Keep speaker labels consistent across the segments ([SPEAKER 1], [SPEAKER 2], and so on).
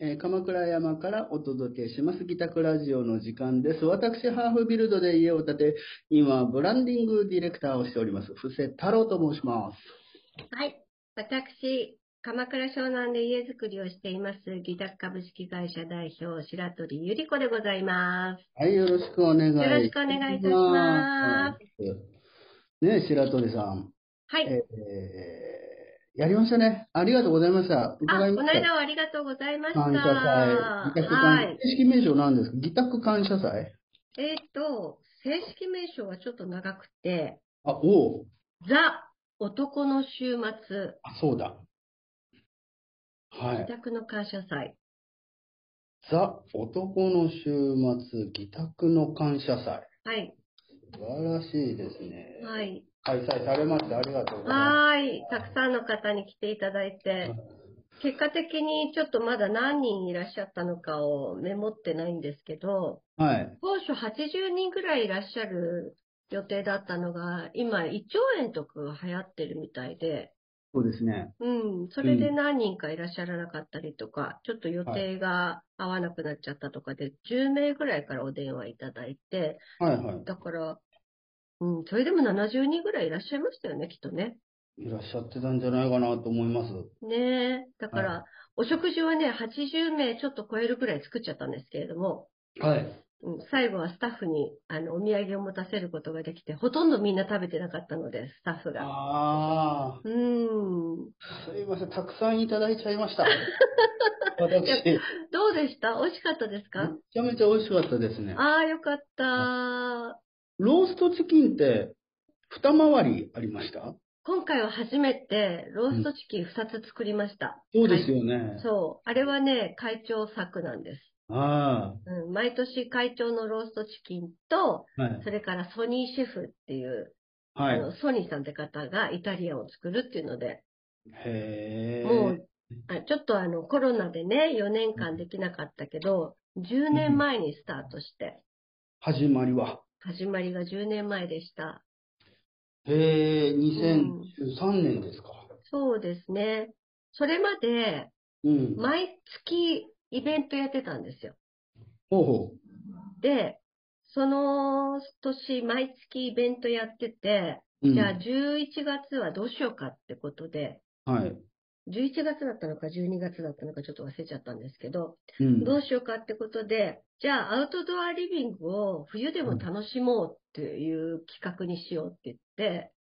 [SPEAKER 1] えー鎌倉山からお届けします。北クラジオの時間です。私、ハーフビルドで家を建て、今、ブランディングディレクターをしております。布施太郎と申します。
[SPEAKER 2] はい。私、鎌倉湘南で家づくりをしています、ギタ株式会社代表、白鳥ゆり子でございます。
[SPEAKER 1] はい、よろしくお願いします。。
[SPEAKER 2] よろしくお願いいたします
[SPEAKER 1] ねえ白鳥さん。
[SPEAKER 2] はい。
[SPEAKER 1] えーやりましたね。ありがとうございました。
[SPEAKER 2] あ、
[SPEAKER 1] 伺い
[SPEAKER 2] こ
[SPEAKER 1] ま
[SPEAKER 2] の
[SPEAKER 1] した。
[SPEAKER 2] 間はありがとうございました。
[SPEAKER 1] 感謝祭。委託感
[SPEAKER 2] はい。
[SPEAKER 1] 正式名称なんですか議託感謝祭
[SPEAKER 2] えっ、と、正式名称はちょっと長くて、
[SPEAKER 1] あ、おう。
[SPEAKER 2] ザ・男の週末、
[SPEAKER 1] あ、そうだ。は
[SPEAKER 2] 自
[SPEAKER 1] い。
[SPEAKER 2] 宅の感謝祭。
[SPEAKER 1] ザ・男の週末、議託の感謝祭。
[SPEAKER 2] はい。
[SPEAKER 1] 素晴らしいですね。
[SPEAKER 2] はい。
[SPEAKER 1] 開催されましてありがとうございま
[SPEAKER 2] はーい。たくさんの方に来ていただいて、結果的にちょっとまだ何人いらっしゃったのかをメモってないんですけど、
[SPEAKER 1] す。はい。
[SPEAKER 2] 当初80人ぐらいいらっしゃる予定だったのが、今1兆円とかが流行ってるみたいで、
[SPEAKER 1] そうですね。
[SPEAKER 2] うん、それで何人かいらっしゃらなかったりとか、ちょっと予定が合わなくなっちゃったとかで、10名ぐらいからお電話いただいて、
[SPEAKER 1] はいは
[SPEAKER 2] だから、うん、それでも70人ぐらいいらっしゃいましたよね、きっとね。
[SPEAKER 1] い。いらっしゃってたんじゃないかなと思います。
[SPEAKER 2] ねえ。だから、お食事はね、80名ちょっと超えるぐらい作っちゃったんですけれども、
[SPEAKER 1] はい。
[SPEAKER 2] うん、最後はスタッフにあのお土産を持たせることができて、ほとんどみんな食べてなかったので、スタッフが。
[SPEAKER 1] あ
[SPEAKER 2] うーん。
[SPEAKER 1] あ、すいません。たくさんいただいちゃい ました。私。
[SPEAKER 2] どうでした美味しかったですか
[SPEAKER 1] めちゃめちゃ美味しかったですね。
[SPEAKER 2] ああ、よかった。
[SPEAKER 1] ローストチキンって二回りありました
[SPEAKER 2] 今回は初めてローストチキン2つ作りました。
[SPEAKER 1] そうですよね。
[SPEAKER 2] そう。あれはね、会長作なんです。
[SPEAKER 1] あ
[SPEAKER 2] うん、毎年会長のローストチキンと、
[SPEAKER 1] あ、はい。
[SPEAKER 2] それからソニーシェフっていう、
[SPEAKER 1] は
[SPEAKER 2] あ
[SPEAKER 1] い。
[SPEAKER 2] のソニーさんって方がイタリアンを作るっていうので、
[SPEAKER 1] へえ。
[SPEAKER 2] もうあちょっとあのコロナでね、4年間できなかったけど、10年前にスタートして、
[SPEAKER 1] 始まりは。
[SPEAKER 2] 始まりが10年前でした。
[SPEAKER 1] へえ、
[SPEAKER 2] ん
[SPEAKER 1] 2013年ですか。
[SPEAKER 2] そうですね。それまで、
[SPEAKER 1] うん。
[SPEAKER 2] 毎月イベントやってたんですよ。
[SPEAKER 1] ほうほ
[SPEAKER 2] で、その年、毎月イベントやってて、
[SPEAKER 1] う。うん
[SPEAKER 2] じゃあ11月はどうしようかってことで、
[SPEAKER 1] はい。
[SPEAKER 2] 11月だったのか12月だったのかちょっと忘れちゃったんですけど、
[SPEAKER 1] うん。
[SPEAKER 2] どうしようかってことで、じゃあアウトドアリビングを冬でも楽しもうっていう企画にしようって言って、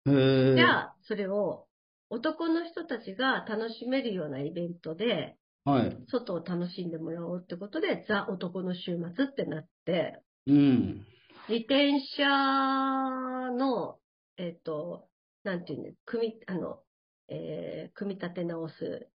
[SPEAKER 1] へえ。
[SPEAKER 2] じゃあそれを男の人たちが楽しめるようなイベントで、
[SPEAKER 1] はい。
[SPEAKER 2] 外を楽しんでもらおうってことで、ザ男の週末ってなって、
[SPEAKER 1] うん。
[SPEAKER 2] 自転車の、えっ、と、なんていうの、組み、あの、えー組み立て直す、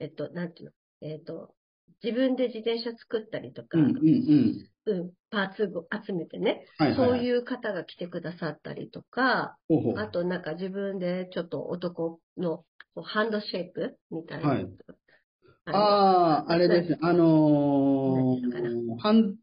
[SPEAKER 2] えっ、と、なんていうの、えっ、と、自分で自転車作ったりとか、
[SPEAKER 1] うんうんうん。
[SPEAKER 2] うん、パーツを集めてね、
[SPEAKER 1] はいはい。
[SPEAKER 2] そう
[SPEAKER 1] う。
[SPEAKER 2] いう方が来てくださったりとか、
[SPEAKER 1] ほうほう。
[SPEAKER 2] あとなんか自分でちょっと男のこうハンドシェイプみたいな。
[SPEAKER 1] はい
[SPEAKER 2] あの
[SPEAKER 1] ああ、あれですね。あの
[SPEAKER 2] なんていう
[SPEAKER 1] ー、ハン、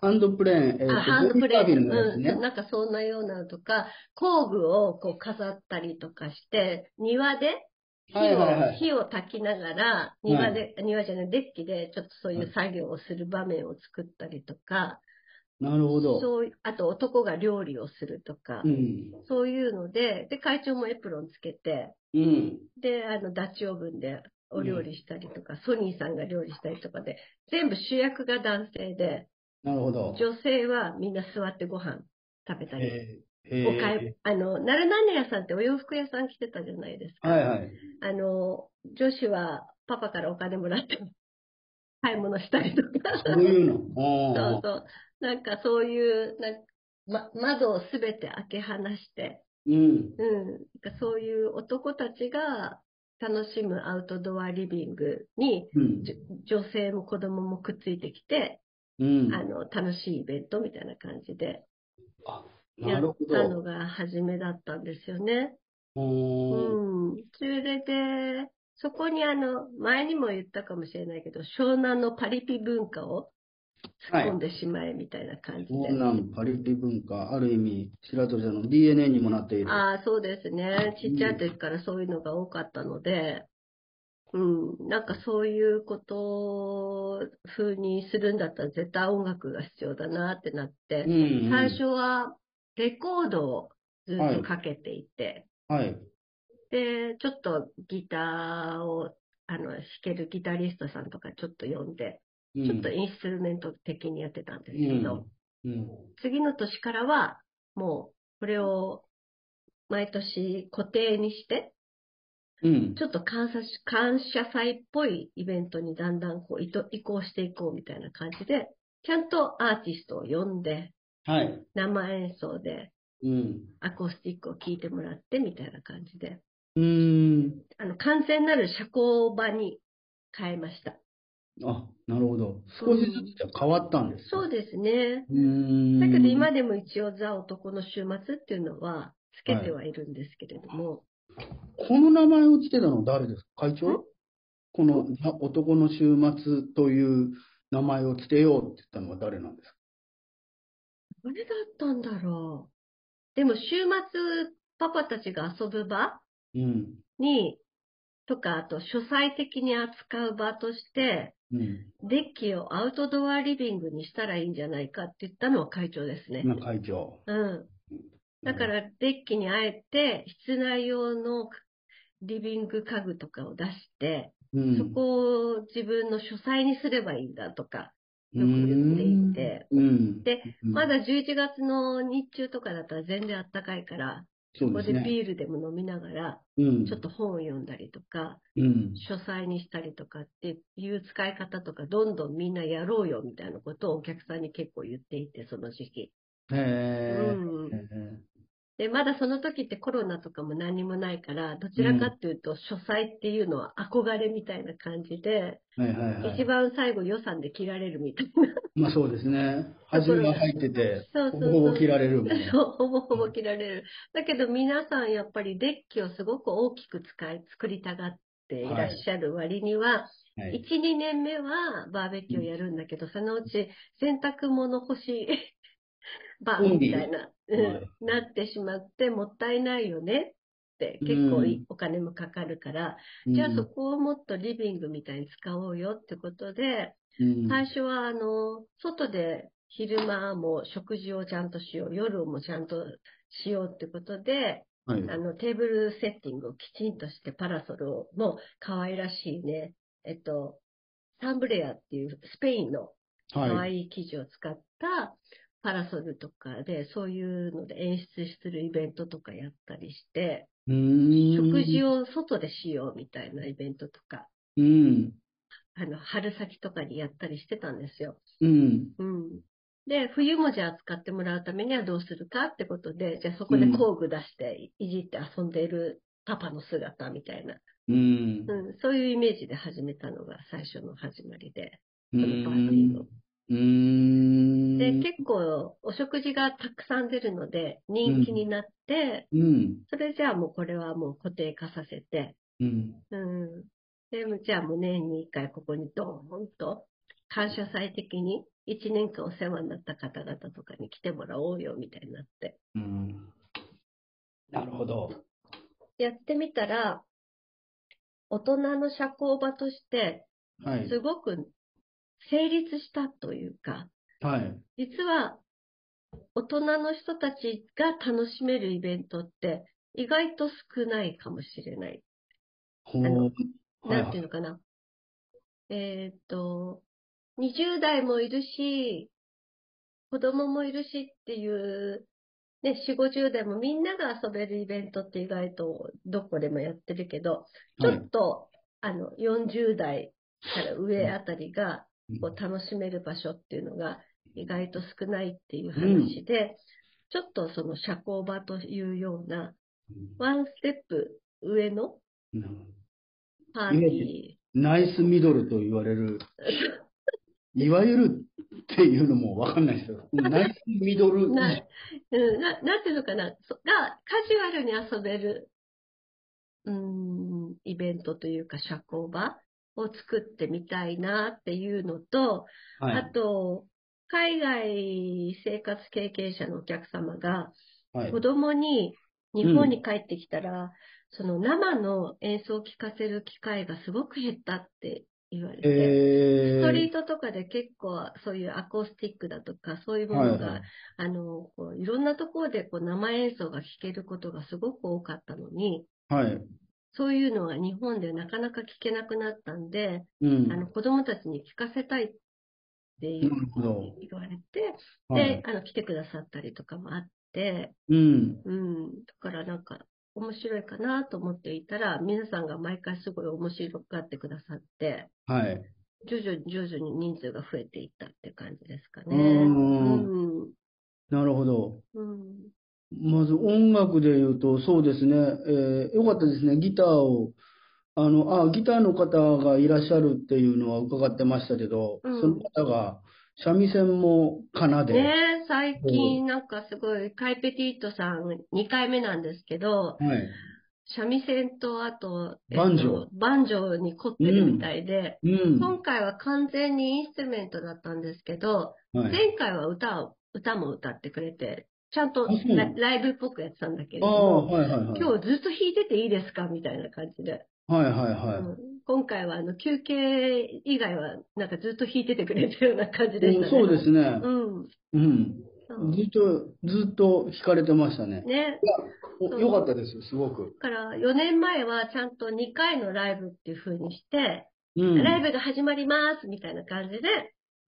[SPEAKER 1] ハンドプレーン、えっと、
[SPEAKER 2] あハンドプレー
[SPEAKER 1] ボディーカービン
[SPEAKER 2] ン
[SPEAKER 1] グ
[SPEAKER 2] グ、
[SPEAKER 1] のやつね
[SPEAKER 2] うん、。なんかそんなようなのとか、工具をこう飾ったりとかして、庭で火を,、
[SPEAKER 1] はいはいはい
[SPEAKER 2] 火を焚きながら、庭で、庭じゃない、デッキでちょっとそういう作業をする場面を作ったりとか、
[SPEAKER 1] なるほど。
[SPEAKER 2] そういうあと男が料理をするとか、
[SPEAKER 1] うん。
[SPEAKER 2] そういうので、で、会長もエプロンつけて、
[SPEAKER 1] うん。
[SPEAKER 2] で、あの、ダッチオーブンでお料理したりとか、ソニーさんが料理したりとかで、全部主役が男性で、
[SPEAKER 1] なるほど。
[SPEAKER 2] 女性はみんな座ってご飯食べたり、
[SPEAKER 1] えーえ
[SPEAKER 2] お買い
[SPEAKER 1] ー、
[SPEAKER 2] あの、なるなんね屋さんってお洋服屋さん来てたじゃないですか。
[SPEAKER 1] はいはい。
[SPEAKER 2] あの、女子はパパからお金もらって、買い物したりとか。
[SPEAKER 1] そういうの。
[SPEAKER 2] そう
[SPEAKER 1] ああ。
[SPEAKER 2] そう。なんかそういう、なんかま、窓をすべて開け放して、
[SPEAKER 1] うん。
[SPEAKER 2] うん、なんかそういう男たちが楽しむアウトドアリビングに、
[SPEAKER 1] うん
[SPEAKER 2] じ。ょ女性も子供もくっついてきて、
[SPEAKER 1] うん。
[SPEAKER 2] あの、楽しいイベントみたいな感じで、
[SPEAKER 1] あ、
[SPEAKER 2] や
[SPEAKER 1] な
[SPEAKER 2] っ
[SPEAKER 1] るほ
[SPEAKER 2] た
[SPEAKER 1] ど。
[SPEAKER 2] のが初めだったんですよね。う
[SPEAKER 1] おー
[SPEAKER 2] ん。それで、そこにあの、前にも言ったかもしれないけど、湘南のパリピ文化を突っ込んでしまえみたいな感じで。
[SPEAKER 1] こんなんパリピ文化、ある意味、白鳥さんの DNA にもなっている。
[SPEAKER 2] ああ、そうですね。ちっちゃい時からそういうのが多かったので、うん、なんかそういうこと風にするんだったら絶対音楽が必要だなってなって、
[SPEAKER 1] うんうん
[SPEAKER 2] 最初はレコードをずっとかけていて、
[SPEAKER 1] はい。
[SPEAKER 2] で、ちょっとギターを、あの、弾けるギタリストさんとかちょっと呼んで、
[SPEAKER 1] ち
[SPEAKER 2] ちょっとインストゥルメント的にやってたんですけど、
[SPEAKER 1] うん。うん。
[SPEAKER 2] 次の年からは、もう、これを毎年固定にして、
[SPEAKER 1] うん。
[SPEAKER 2] ちょっと感謝し感謝祭っぽいイベントにだんだんこう移と移行していこうみたいな感じで、ちゃんとアーティストを呼んで、
[SPEAKER 1] はい。
[SPEAKER 2] 生演奏で
[SPEAKER 1] うん。
[SPEAKER 2] アコースティックを聴いてもらってみたいな感じで、
[SPEAKER 1] うーん。
[SPEAKER 2] あの、完全なる社交場に変えました。
[SPEAKER 1] あ、なるほど。少しずつじゃ変わったんですか。
[SPEAKER 2] そう
[SPEAKER 1] う
[SPEAKER 2] ですね。
[SPEAKER 1] ーん。
[SPEAKER 2] だけど今でも一応ザ男の週末っていうのはつけてはいるんですけれども、
[SPEAKER 1] この名前をつけたの誰ですか会長
[SPEAKER 2] ん
[SPEAKER 1] このザ男の週末という名前をつけようって言ったのは誰なんですか
[SPEAKER 2] どれだったんだろう。でも週末パパたちが遊ぶ場
[SPEAKER 1] うん。
[SPEAKER 2] に、とか、あと書斎的に扱う場として、
[SPEAKER 1] うん。
[SPEAKER 2] デッキをアウトドアリビングにしたらいいんじゃないかって言ったのは会長ですね。
[SPEAKER 1] 今会長。
[SPEAKER 2] うん。だか、らデッキにあえて、室内用のリビング家具とかを出して、
[SPEAKER 1] うん、
[SPEAKER 2] そこを自分の書斎にすればいいんだとか、
[SPEAKER 1] う
[SPEAKER 2] よく言ってい
[SPEAKER 1] ん
[SPEAKER 2] て。
[SPEAKER 1] うん。
[SPEAKER 2] で
[SPEAKER 1] うん、
[SPEAKER 2] まだ11月の日中とかだったら全然あったかいから、
[SPEAKER 1] そう
[SPEAKER 2] ここ
[SPEAKER 1] です
[SPEAKER 2] で
[SPEAKER 1] ね。
[SPEAKER 2] ビールでも飲みながら、
[SPEAKER 1] うん。
[SPEAKER 2] ちょっと本を読んだりとか、
[SPEAKER 1] うん。
[SPEAKER 2] 書斎にしたりとかっていう使い方とか、どんどんみんなやろうよみたいなことをお客さんに結構言っていて、その時期。う
[SPEAKER 1] へー
[SPEAKER 2] ん
[SPEAKER 1] へ。ー
[SPEAKER 2] で、まだその時ってコロナとかも何もないから、どちらかっていうと、書斎っていうのは憧れみたいな感じで、
[SPEAKER 1] はいはいはい。
[SPEAKER 2] 一番最後予算で切られるみたい
[SPEAKER 1] まあそうですね。
[SPEAKER 2] とこ
[SPEAKER 1] 味
[SPEAKER 2] ろ
[SPEAKER 1] が入ってて、
[SPEAKER 2] そうそ
[SPEAKER 1] ほ
[SPEAKER 2] う
[SPEAKER 1] ぼ
[SPEAKER 2] そう
[SPEAKER 1] ほぼ切られるもんね
[SPEAKER 2] な。。そう、ほぼほぼ切られる。だけど皆さんやっぱりデッキをすごく大きく使い、作りたがっていらっしゃる割には、
[SPEAKER 1] はい
[SPEAKER 2] 1、2年目はバーベキューやるんだけど、そのうち洗濯物干し 場
[SPEAKER 1] オ
[SPEAKER 2] み
[SPEAKER 1] ンリー
[SPEAKER 2] たいな、
[SPEAKER 1] い
[SPEAKER 2] うん、なってしまって、もったいないよねって、結構いお金もかかるから、じゃあそこをもっとリビングみたいに使おうよってことで、
[SPEAKER 1] うん
[SPEAKER 2] 最初はあの、外で昼間も食事をちゃんとしよう、夜もちゃんとしようってことで、
[SPEAKER 1] はい
[SPEAKER 2] あの、テーブルセッティングをきちんとして、パラソルを、もう可愛らしいね、えっと、サンブレアっていうスペインの可
[SPEAKER 1] はい。
[SPEAKER 2] 愛い生地を使ったパラソルとかで、そういうので演出するイベントとかやったりして、食
[SPEAKER 1] 食
[SPEAKER 2] 事
[SPEAKER 1] を。
[SPEAKER 2] を外でしようみたいなイベントとか、
[SPEAKER 1] うん。
[SPEAKER 2] あの、春先とかにやったりしてたんですよ。
[SPEAKER 1] うん。
[SPEAKER 2] うん。で、冬もじゃあ使ってもらうためにはどうするかってことで、じゃあそこで工具出して、いじって遊んでいるパパの姿みたいな、
[SPEAKER 1] うん
[SPEAKER 2] う。ん、そういうイメージで始めたのが最初の始まりで。
[SPEAKER 1] う
[SPEAKER 2] のパーティーを
[SPEAKER 1] ん。
[SPEAKER 2] で、結構お食事がたくさん出るので、人気になって、
[SPEAKER 1] うん。
[SPEAKER 2] それじゃあもうこれはもう固定化させて、
[SPEAKER 1] うん。
[SPEAKER 2] うん。で、じゃあもう年に一回ここにドーンと感謝祭的に一年間お世話になった方々とかに来てもらおうよみたいになって。
[SPEAKER 1] うん。なるほど。
[SPEAKER 2] やってみたら、大人の社交場として
[SPEAKER 1] はい
[SPEAKER 2] す。ごく成立したというか、
[SPEAKER 1] はい。
[SPEAKER 2] 実は大人の人たちが楽しめるイベントって意外と少ないかもしれない。
[SPEAKER 1] ほう
[SPEAKER 2] あの
[SPEAKER 1] はい
[SPEAKER 2] なんていうのかな。えーっと、20代もいるし、子供もいるしっていう、ね、4、50代もみんなが遊べるイベントって意外とどこでもやってるけど、ち
[SPEAKER 1] は
[SPEAKER 2] ょ
[SPEAKER 1] い
[SPEAKER 2] っと、あの、40代から上あたりが
[SPEAKER 1] うん、
[SPEAKER 2] こう、楽しめる場所っていうのが意外と少ないっていう話で、ちょっとその社交場というような、ワンステップ上の
[SPEAKER 1] うん
[SPEAKER 2] パーティー、
[SPEAKER 1] ナイスミドルと言われる、いわゆるっていうのもわかんないですよ。ナイスミドル。
[SPEAKER 2] な、うん、な、なんていうのかな、そが、カジュアルに遊べる、うーん、イベントというか、社交場を作ってみたいなっていうのと、
[SPEAKER 1] は
[SPEAKER 2] あ
[SPEAKER 1] い。
[SPEAKER 2] と、海外生活経験者のお客様が、
[SPEAKER 1] はい
[SPEAKER 2] 子供に日本に帰ってきたら、その生の演奏を聴かせる機会がすごく減ったって言われて、
[SPEAKER 1] え
[SPEAKER 2] ストリ
[SPEAKER 1] ー
[SPEAKER 2] ートとかで結構そういうアコースティックだとかそういうものが、
[SPEAKER 1] はいはい
[SPEAKER 2] あのこういろんなところでこう生演奏が聴けることがすごく多かったのに
[SPEAKER 1] はい。
[SPEAKER 2] そういうのが日本でなかなか聴けなくなったんで、
[SPEAKER 1] うん。
[SPEAKER 2] あの子供たちに聴かせたいっていう
[SPEAKER 1] なるほど
[SPEAKER 2] 言われて、
[SPEAKER 1] は
[SPEAKER 2] で
[SPEAKER 1] い、
[SPEAKER 2] あの来てくださったりとかもあって、
[SPEAKER 1] うん。
[SPEAKER 2] うん、だからなんか面白いかなと思っていたら皆さんが毎回すごい面白がってくださって。
[SPEAKER 1] はい。
[SPEAKER 2] 徐々に徐々に人数が増えていったって感じですかね。
[SPEAKER 1] う
[SPEAKER 2] う
[SPEAKER 1] ーん
[SPEAKER 2] ん。
[SPEAKER 1] なるほど。
[SPEAKER 2] うん。
[SPEAKER 1] まず音楽で言うと、そうですね。えー、よかったですね。ギターを。あの、あ、ギターの方がいらっしゃるっていうのは伺ってましたけど、
[SPEAKER 2] うん
[SPEAKER 1] その方が、三味線も奏で。
[SPEAKER 2] ねえ最近なんかすごい、カイペティートさん2回目なんですけど、
[SPEAKER 1] はい。
[SPEAKER 2] 三味線とあと、えっと
[SPEAKER 1] バンジョー
[SPEAKER 2] バンジョーに凝ってるみたいで、
[SPEAKER 1] うん。
[SPEAKER 2] 今回は完全にインストゥルメントだったんですけど、
[SPEAKER 1] はい。
[SPEAKER 2] 前回は歌を、歌も歌ってくれて、ちゃんと
[SPEAKER 1] あそうな
[SPEAKER 2] ラ
[SPEAKER 1] の
[SPEAKER 2] ライブっぽくやってたんだけれ
[SPEAKER 1] あ
[SPEAKER 2] ど
[SPEAKER 1] あ、
[SPEAKER 2] も、
[SPEAKER 1] はいはいはい。
[SPEAKER 2] 今日ずっと弾いてていいですかみたいな感じで。
[SPEAKER 1] はいはいはい。
[SPEAKER 2] うん今回はあの休憩以外はなんかずっと弾いててくれたような感じでした
[SPEAKER 1] う
[SPEAKER 2] ね。
[SPEAKER 1] んそうですね
[SPEAKER 2] う。ん。
[SPEAKER 1] うん。
[SPEAKER 2] そう
[SPEAKER 1] ずっと、ずっと弾かれてましたね。
[SPEAKER 2] ね。そう
[SPEAKER 1] よかったです、すごく。
[SPEAKER 2] だから4年前はちゃんと2回のライブっていう風にして、
[SPEAKER 1] うん。
[SPEAKER 2] ライブが始まりますみたいな感じで、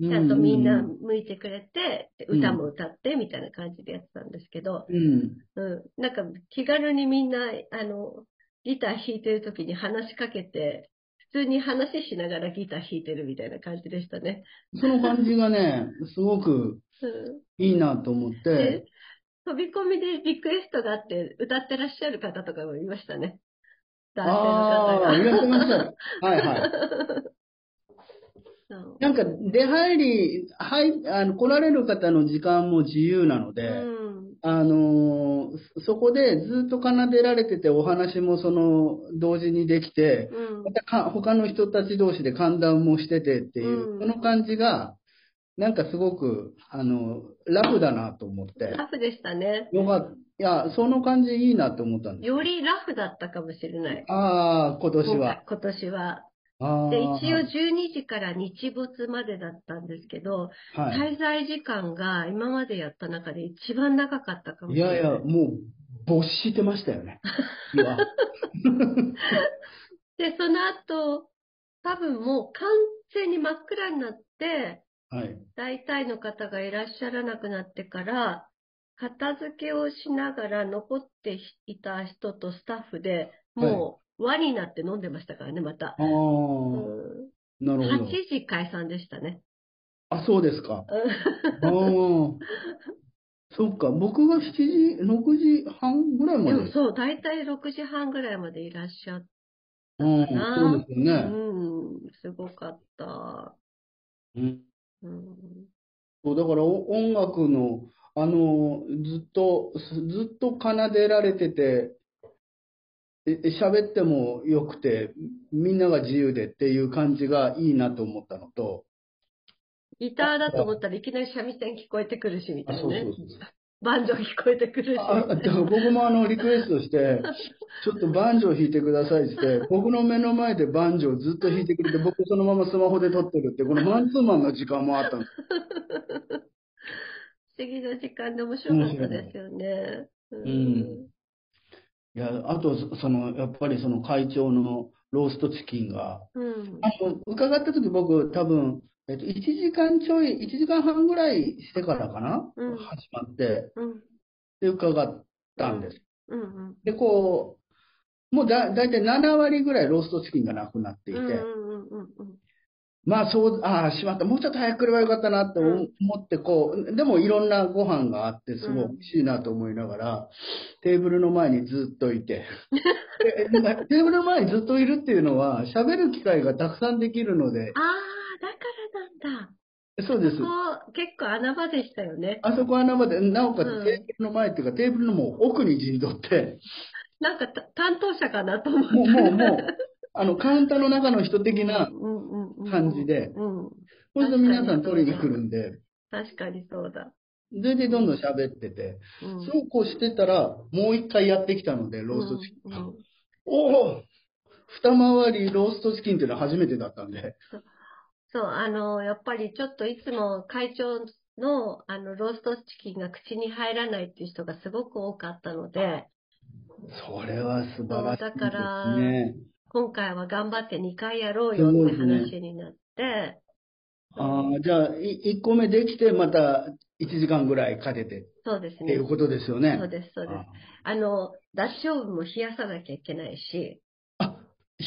[SPEAKER 1] ブ
[SPEAKER 2] ちゃんとみんな向いてくれて、で
[SPEAKER 1] うん
[SPEAKER 2] 歌も歌ってみたいな感じでやってたんですけど、
[SPEAKER 1] うん。
[SPEAKER 2] うん。なんか気軽にみんな、あの、ギター弾いてる時に話しかけて、普通に話しながらギター弾いてるみたいな感じでしたね。
[SPEAKER 1] その感じがね、すごく
[SPEAKER 2] うん
[SPEAKER 1] いいなと思っ
[SPEAKER 2] で
[SPEAKER 1] て、
[SPEAKER 2] 飛び込みでリクエストがあって、歌ってらっしゃる方とかもいましたね。男性
[SPEAKER 1] ああ、いらっしゃ
[SPEAKER 2] の
[SPEAKER 1] いま
[SPEAKER 2] 方
[SPEAKER 1] し
[SPEAKER 2] が。
[SPEAKER 1] た。はいはい。
[SPEAKER 2] そう
[SPEAKER 1] なんか、出入り、はい、あの、来られる方の時間も自由なので、
[SPEAKER 2] うん。
[SPEAKER 1] あのーそそこでずっと奏でられてて、お話もその、同時にできて、
[SPEAKER 2] うん
[SPEAKER 1] ま。たか他の人たち同士で歓談もしててっていう、
[SPEAKER 2] うん
[SPEAKER 1] この感じが、なんかすごく、あの、ラフだなと思って、
[SPEAKER 2] ラフでしたね。
[SPEAKER 1] よかった。いや、その感じいいなと思ったんです。
[SPEAKER 2] よりラフだったかもしれない。
[SPEAKER 1] ああ、今年は。
[SPEAKER 2] 今年は。
[SPEAKER 1] ああ。
[SPEAKER 2] で、一応12時から日没までだったんですけど、
[SPEAKER 1] は
[SPEAKER 2] 滞在時間が今までやった中で一番長かったかも
[SPEAKER 1] い。い
[SPEAKER 2] しれな
[SPEAKER 1] や
[SPEAKER 2] い。
[SPEAKER 1] いや、もう、没してましたよ ね。いや、
[SPEAKER 2] で、その後、多分もう完全に真っ暗になって、
[SPEAKER 1] はい。
[SPEAKER 2] 大体の方がいらっしゃらなくなってから、片付けをしながら残っていた人とスタッフでもう輪になって飲んでましたからね、また。
[SPEAKER 1] あ
[SPEAKER 2] う
[SPEAKER 1] あ、
[SPEAKER 2] ん
[SPEAKER 1] なるほ
[SPEAKER 2] 8
[SPEAKER 1] ど。
[SPEAKER 2] 時解散でしたね。
[SPEAKER 1] あ、そうですか。
[SPEAKER 2] う
[SPEAKER 1] ああ。そっか、僕が7時、6時半ぐらい
[SPEAKER 2] ん
[SPEAKER 1] ま
[SPEAKER 2] で
[SPEAKER 1] で。
[SPEAKER 2] もそう、大体6時半ぐらいまでいらっしゃっ
[SPEAKER 1] うん、
[SPEAKER 2] たな
[SPEAKER 1] そうですよ
[SPEAKER 2] う
[SPEAKER 1] ね。
[SPEAKER 2] ん、すごかった。
[SPEAKER 1] うん
[SPEAKER 2] うん、
[SPEAKER 1] そう、だからお音楽の、あの、ずっと、すずっと奏でられてて、ええ喋ってもよくて、みんなが自由でっていう感じがいいなと思ったのと、
[SPEAKER 2] ギターだと思ったらいきなり三味線聞こえてくるし、みたい
[SPEAKER 1] あ、
[SPEAKER 2] な
[SPEAKER 1] そう
[SPEAKER 2] ね
[SPEAKER 1] そう。そうそう。
[SPEAKER 2] バンジョー聞こえてくるし。
[SPEAKER 1] あ、あだから僕もあの、リクエストして、ちょっとバンジョー弾いてくださいって言って、僕の目の前でバンジョーずっと弾いてくれて、僕そのままスマホで撮ってるって、このマンツーマンの時間もあったんです。
[SPEAKER 2] 不思議な時間で面白かったですよね。うん
[SPEAKER 1] うんいや、あと、そその、やっぱりその会長のローストチキンが、
[SPEAKER 2] うん。
[SPEAKER 1] あの伺った時僕多分、えっと、1時間ちょい1時間半ぐらいしてからかな、
[SPEAKER 2] うん
[SPEAKER 1] 始まって
[SPEAKER 2] うん。
[SPEAKER 1] で伺ったんです
[SPEAKER 2] うん。うん。
[SPEAKER 1] でこうもうだ大体7割ぐらいローストチキンがなくなっていて、
[SPEAKER 2] うん。うん。うん。うん。
[SPEAKER 1] まあそうああしまったもうちょっと早く来ればよかったなって思思ってこうでもいろんなご飯があってすごい美味しいなと思いながら、テーブルの前にずっと いてでテーブルの前にずっといるっていうのは喋る機会がたくさんできるので
[SPEAKER 2] ああ、だからなんだ。
[SPEAKER 1] そうです
[SPEAKER 2] ここ、結構穴場でしたよね。
[SPEAKER 1] あそこは穴場で、なおか
[SPEAKER 2] う
[SPEAKER 1] つ
[SPEAKER 2] ん
[SPEAKER 1] テーブルの前っていうか、テーブルのもう奥に陣取って、
[SPEAKER 2] なんかた担当者かなと思った。
[SPEAKER 1] もう、もう、 もう、あの、カウンターの中の人的な
[SPEAKER 2] うんうんうん。
[SPEAKER 1] 感じで、
[SPEAKER 2] うん。
[SPEAKER 1] これで皆さん取りに来るんで、
[SPEAKER 2] 確かにそうだ。
[SPEAKER 1] それでどんどん喋ってて、
[SPEAKER 2] うん。
[SPEAKER 1] そうこうしてたら、もう一回やってきたので、ローストチキ
[SPEAKER 2] う
[SPEAKER 1] ン
[SPEAKER 2] んうん
[SPEAKER 1] おお二回りローストチキンっていうのは初めてだったんで。
[SPEAKER 2] そう、あの、やっぱりちょっといつも会長の、あの、ローストチキンが口に入らないっていう人がすごく多かったので、
[SPEAKER 1] それは素晴らしい
[SPEAKER 2] そう
[SPEAKER 1] で
[SPEAKER 2] だから
[SPEAKER 1] すね。
[SPEAKER 2] 今回は頑張って2回やろうよって話になって、
[SPEAKER 1] ああ、じゃあ、い1個目できて、また1時間ぐらいかけてっ
[SPEAKER 2] そうです
[SPEAKER 1] て
[SPEAKER 2] ね
[SPEAKER 1] い。うことですよね。
[SPEAKER 2] そうです、そうです。あの、脱脂分も冷やさなきゃいけないし、
[SPEAKER 1] あ、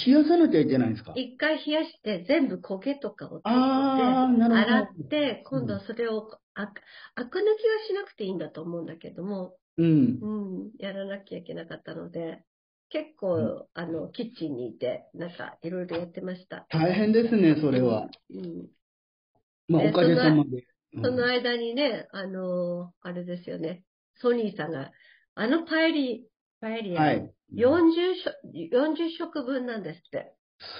[SPEAKER 1] 冷やさなきゃいけないんですか
[SPEAKER 2] 一回冷やして全部焦げとかを取って、
[SPEAKER 1] ああ、なるほど。
[SPEAKER 2] 洗って、今度はそれを、あく、あく抜きはしなくていいんだと思うんだけども、
[SPEAKER 1] うん。
[SPEAKER 2] うん、やらなきゃいけなかったので、結
[SPEAKER 1] うん
[SPEAKER 2] 構、あの、キッチンにいて、なんか、いろいろやってました。
[SPEAKER 1] 大変ですね、それは。
[SPEAKER 2] うん。
[SPEAKER 1] まあ、
[SPEAKER 2] え
[SPEAKER 1] おかげさまで。
[SPEAKER 2] その
[SPEAKER 1] うん
[SPEAKER 2] 間にね、あのーあれですよね、ソニーさんが、あのパエリ、パエリア、
[SPEAKER 1] はい。
[SPEAKER 2] 40食、40食分なんですって。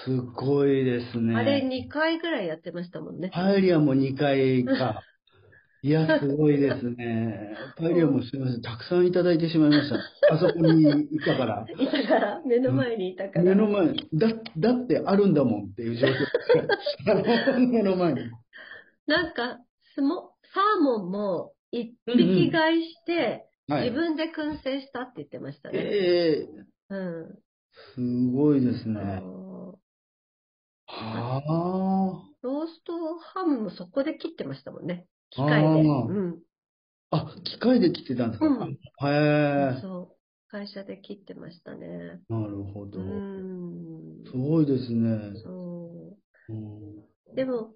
[SPEAKER 1] すごいですね。
[SPEAKER 2] あれ2回ぐらいやってましたもんね。
[SPEAKER 1] パエリアも2回か。 いや、すごいですね。パエリアもすみません。たくさんいただいてしまいました。あそこにいたから。
[SPEAKER 2] いたから、目の前にいたから。
[SPEAKER 1] 目の前、だ、だってあるんだもんっていう状 況。目の前に。
[SPEAKER 2] なんか、スモ、サーモンも一匹買いして、
[SPEAKER 1] はい。
[SPEAKER 2] 自分で燻製したって言ってましたね。
[SPEAKER 1] ええ
[SPEAKER 2] うん。
[SPEAKER 1] すごいです
[SPEAKER 2] あ
[SPEAKER 1] ね。
[SPEAKER 2] の
[SPEAKER 1] はあ。
[SPEAKER 2] ローストハムもそこで切ってましたもんね。機
[SPEAKER 1] あー
[SPEAKER 2] 械で。うん。
[SPEAKER 1] あ、機械で切ってたんですか、
[SPEAKER 2] うん
[SPEAKER 1] へえ。
[SPEAKER 2] そう。会社で切ってましたね。
[SPEAKER 1] なるほど
[SPEAKER 2] う。ん。
[SPEAKER 1] すごいですね。
[SPEAKER 2] そ
[SPEAKER 1] うん
[SPEAKER 2] う。でも、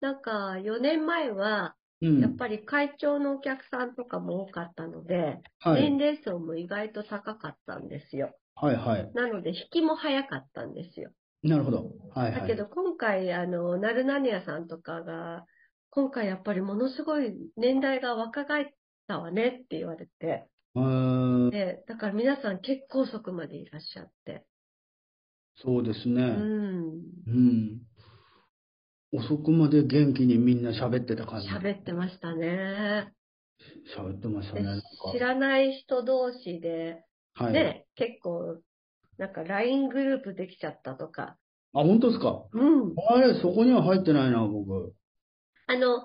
[SPEAKER 2] なんか、4年前は、
[SPEAKER 1] うん。
[SPEAKER 2] やっぱり会長のお客さんとかも多かったので、
[SPEAKER 1] はい。
[SPEAKER 2] 年齢層も意外と高かったんですよ。
[SPEAKER 1] はいはい。
[SPEAKER 2] なので、引きも早かったんですよ。
[SPEAKER 1] なるほど。はいはい。
[SPEAKER 2] だけど、今回、あの、ナルナニアさんとかが、今回やっぱりものすごい年代が若返ったわねって言われて、
[SPEAKER 1] うーん
[SPEAKER 2] で、だから皆さん結構遅くまでいらっしゃって、
[SPEAKER 1] そうです
[SPEAKER 2] う
[SPEAKER 1] ね。
[SPEAKER 2] ん、
[SPEAKER 1] うん。遅くまで元気にみんな喋ってた感じ。
[SPEAKER 2] 喋ってましたね。
[SPEAKER 1] 喋ってました
[SPEAKER 2] で
[SPEAKER 1] ね。なんか
[SPEAKER 2] 知らない人同士で、
[SPEAKER 1] はい。
[SPEAKER 2] ね、結構、なんか LINE グループできちゃったとか、
[SPEAKER 1] あ、本当ですか
[SPEAKER 2] うん。
[SPEAKER 1] あれ、そこには入ってないな、僕。
[SPEAKER 2] あの、オ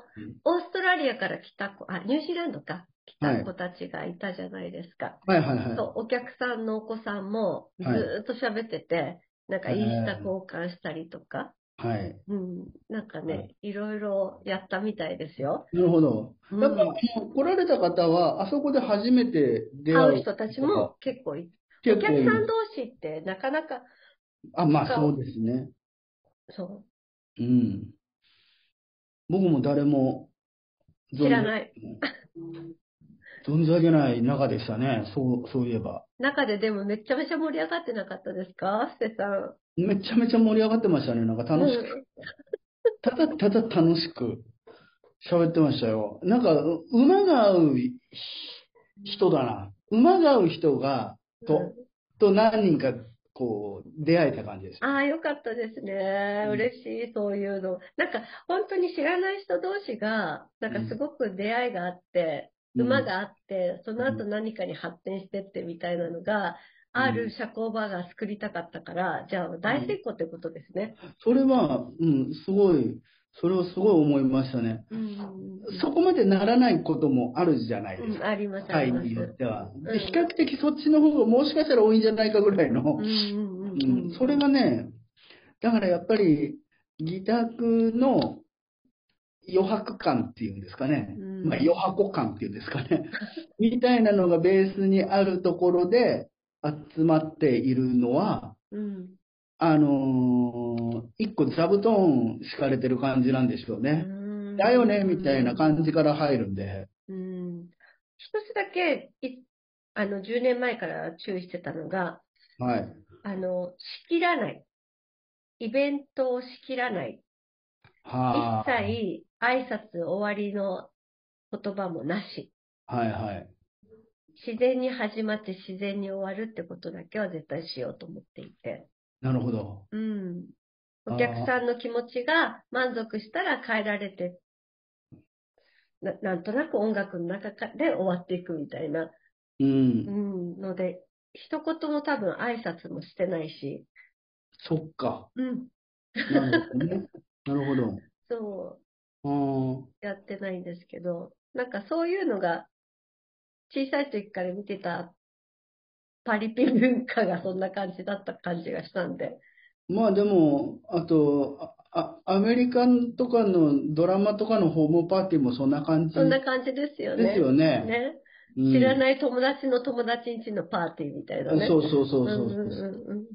[SPEAKER 2] ーストラリアから来た子、あ、ニュージーランドか、来た子たちがいたじゃないですか。
[SPEAKER 1] はいはいはい。
[SPEAKER 2] そう、お客さんのお子さんもず
[SPEAKER 1] はい
[SPEAKER 2] ーっと喋ってて、なんかインスタ交換したりとか、
[SPEAKER 1] はい。
[SPEAKER 2] うん、なんかね、、
[SPEAKER 1] はい
[SPEAKER 2] ろいろやったみたいですよ。
[SPEAKER 1] なるほど。
[SPEAKER 2] う
[SPEAKER 1] だ
[SPEAKER 2] ん
[SPEAKER 1] から、もう来られた方は、あそこで初めて出会う。
[SPEAKER 2] 会う人たちも結構い、お客
[SPEAKER 1] 結構
[SPEAKER 2] さ
[SPEAKER 1] いる
[SPEAKER 2] ん同士ってなかなか、
[SPEAKER 1] あ、まあそうですね。
[SPEAKER 2] そ
[SPEAKER 1] うん。僕も誰も。
[SPEAKER 2] う、知らないい。
[SPEAKER 1] 存じ上げない中でしたね。そう、そういえば。
[SPEAKER 2] 中ででもめちゃめちゃ盛り上がってなかったですかステさん。
[SPEAKER 1] めちゃめちゃ盛り上がってましたね。なんか楽しく、ただただ楽しく喋ってましたよ。なんか、う馬が合うひ人だな。馬が合う人が、
[SPEAKER 2] うん
[SPEAKER 1] と、と何人か、こう、出会えた感じです。
[SPEAKER 2] ああ、よかったですね。
[SPEAKER 1] うん
[SPEAKER 2] 嬉しい、そういうの。なんか、本当に知らない人同士が、なんかすごく出会いがあって、
[SPEAKER 1] うん
[SPEAKER 2] 馬があって、その後何かに発展してってみたいなのが、
[SPEAKER 1] うん
[SPEAKER 2] ある社交場が作りたかったから、じゃあ大成功ってことですね。
[SPEAKER 1] それは、うん、すごい、それをすごい思いましたね。
[SPEAKER 2] うん。
[SPEAKER 1] そこまでならないこともあるじゃないです
[SPEAKER 2] う
[SPEAKER 1] か
[SPEAKER 2] ん、。あります、あ
[SPEAKER 1] 会
[SPEAKER 2] ります。
[SPEAKER 1] に
[SPEAKER 2] う
[SPEAKER 1] よっては。
[SPEAKER 2] うん
[SPEAKER 1] で比較的そっちの方がもしかしたら多いんじゃないかぐらいの。
[SPEAKER 2] んうん
[SPEAKER 1] う
[SPEAKER 2] うんん。
[SPEAKER 1] それがね、だからやっぱり、自宅の余白感っていうんですかね。
[SPEAKER 2] うん
[SPEAKER 1] まあ余白感っていうんですかね。 みたいなのがベースにあるところで集まっているのは、
[SPEAKER 2] うん。
[SPEAKER 1] あのー一個座布団敷かれてる感じなんでしょうね。
[SPEAKER 2] うん
[SPEAKER 1] だよね、みたいな感じから入るんで。
[SPEAKER 2] うん。一つだけ、いあの、10年前から注意してたのが、
[SPEAKER 1] はい。
[SPEAKER 2] あの、仕切らない。イベントを仕切らない。
[SPEAKER 1] は
[SPEAKER 2] 一
[SPEAKER 1] あ。
[SPEAKER 2] 切挨拶終わりの言葉もなし。
[SPEAKER 1] はいはい。
[SPEAKER 2] 自然に始まって自然に終わるってことだけは絶対しようと思っていて。
[SPEAKER 1] なるほど。
[SPEAKER 2] うん。お客さんの気持ちが満足したら変えられて、ななんとなく音楽の中で終わっていくみたいな、
[SPEAKER 1] う。
[SPEAKER 2] うんん、ので、一言も多分挨拶もしてないし、
[SPEAKER 1] そっか。
[SPEAKER 2] うん、
[SPEAKER 1] なるほど ね。なるほど。
[SPEAKER 2] そう、
[SPEAKER 1] あー
[SPEAKER 2] やってないんですけど、なんかそういうのが、小さい時から見てたパリピ文化がそんな感じだった感じがしたんで。
[SPEAKER 1] まあでも、あと、ああアメリカンとかのドラマとかのホームパーティーもそんな感じ
[SPEAKER 2] そんな感じですよね。
[SPEAKER 1] ですよね。
[SPEAKER 2] ね
[SPEAKER 1] うん
[SPEAKER 2] 知らない友達の友達ん家のパーティーみたいなね。
[SPEAKER 1] そううそうそうそう。
[SPEAKER 2] んうんうんうん。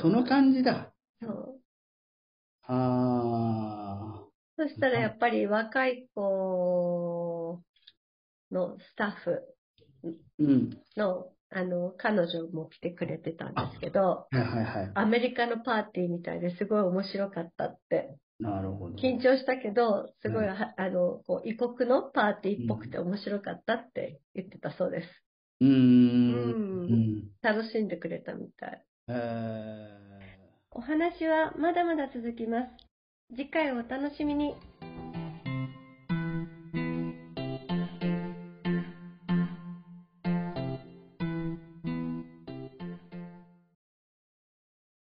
[SPEAKER 1] その感じだ。
[SPEAKER 2] そう。
[SPEAKER 1] あ
[SPEAKER 2] そしたらやっぱり若い子のスタッフ
[SPEAKER 1] ーうん。
[SPEAKER 2] の、あの、彼女も来てくれてたんですけど、
[SPEAKER 1] はいはいはい。
[SPEAKER 2] アメリカのパーティーみたいですごい面白かったって。
[SPEAKER 1] なるほど。
[SPEAKER 2] 緊張したけど、すごい、
[SPEAKER 1] うん
[SPEAKER 2] はあの、こう、異国のパーティーっぽくて面白かったって言ってたそうです。
[SPEAKER 1] うー。
[SPEAKER 2] うん。
[SPEAKER 1] うんん。
[SPEAKER 2] 楽しんでくれたみたい。
[SPEAKER 1] えー
[SPEAKER 2] お話はまだまだ続きます。次回お楽しみに。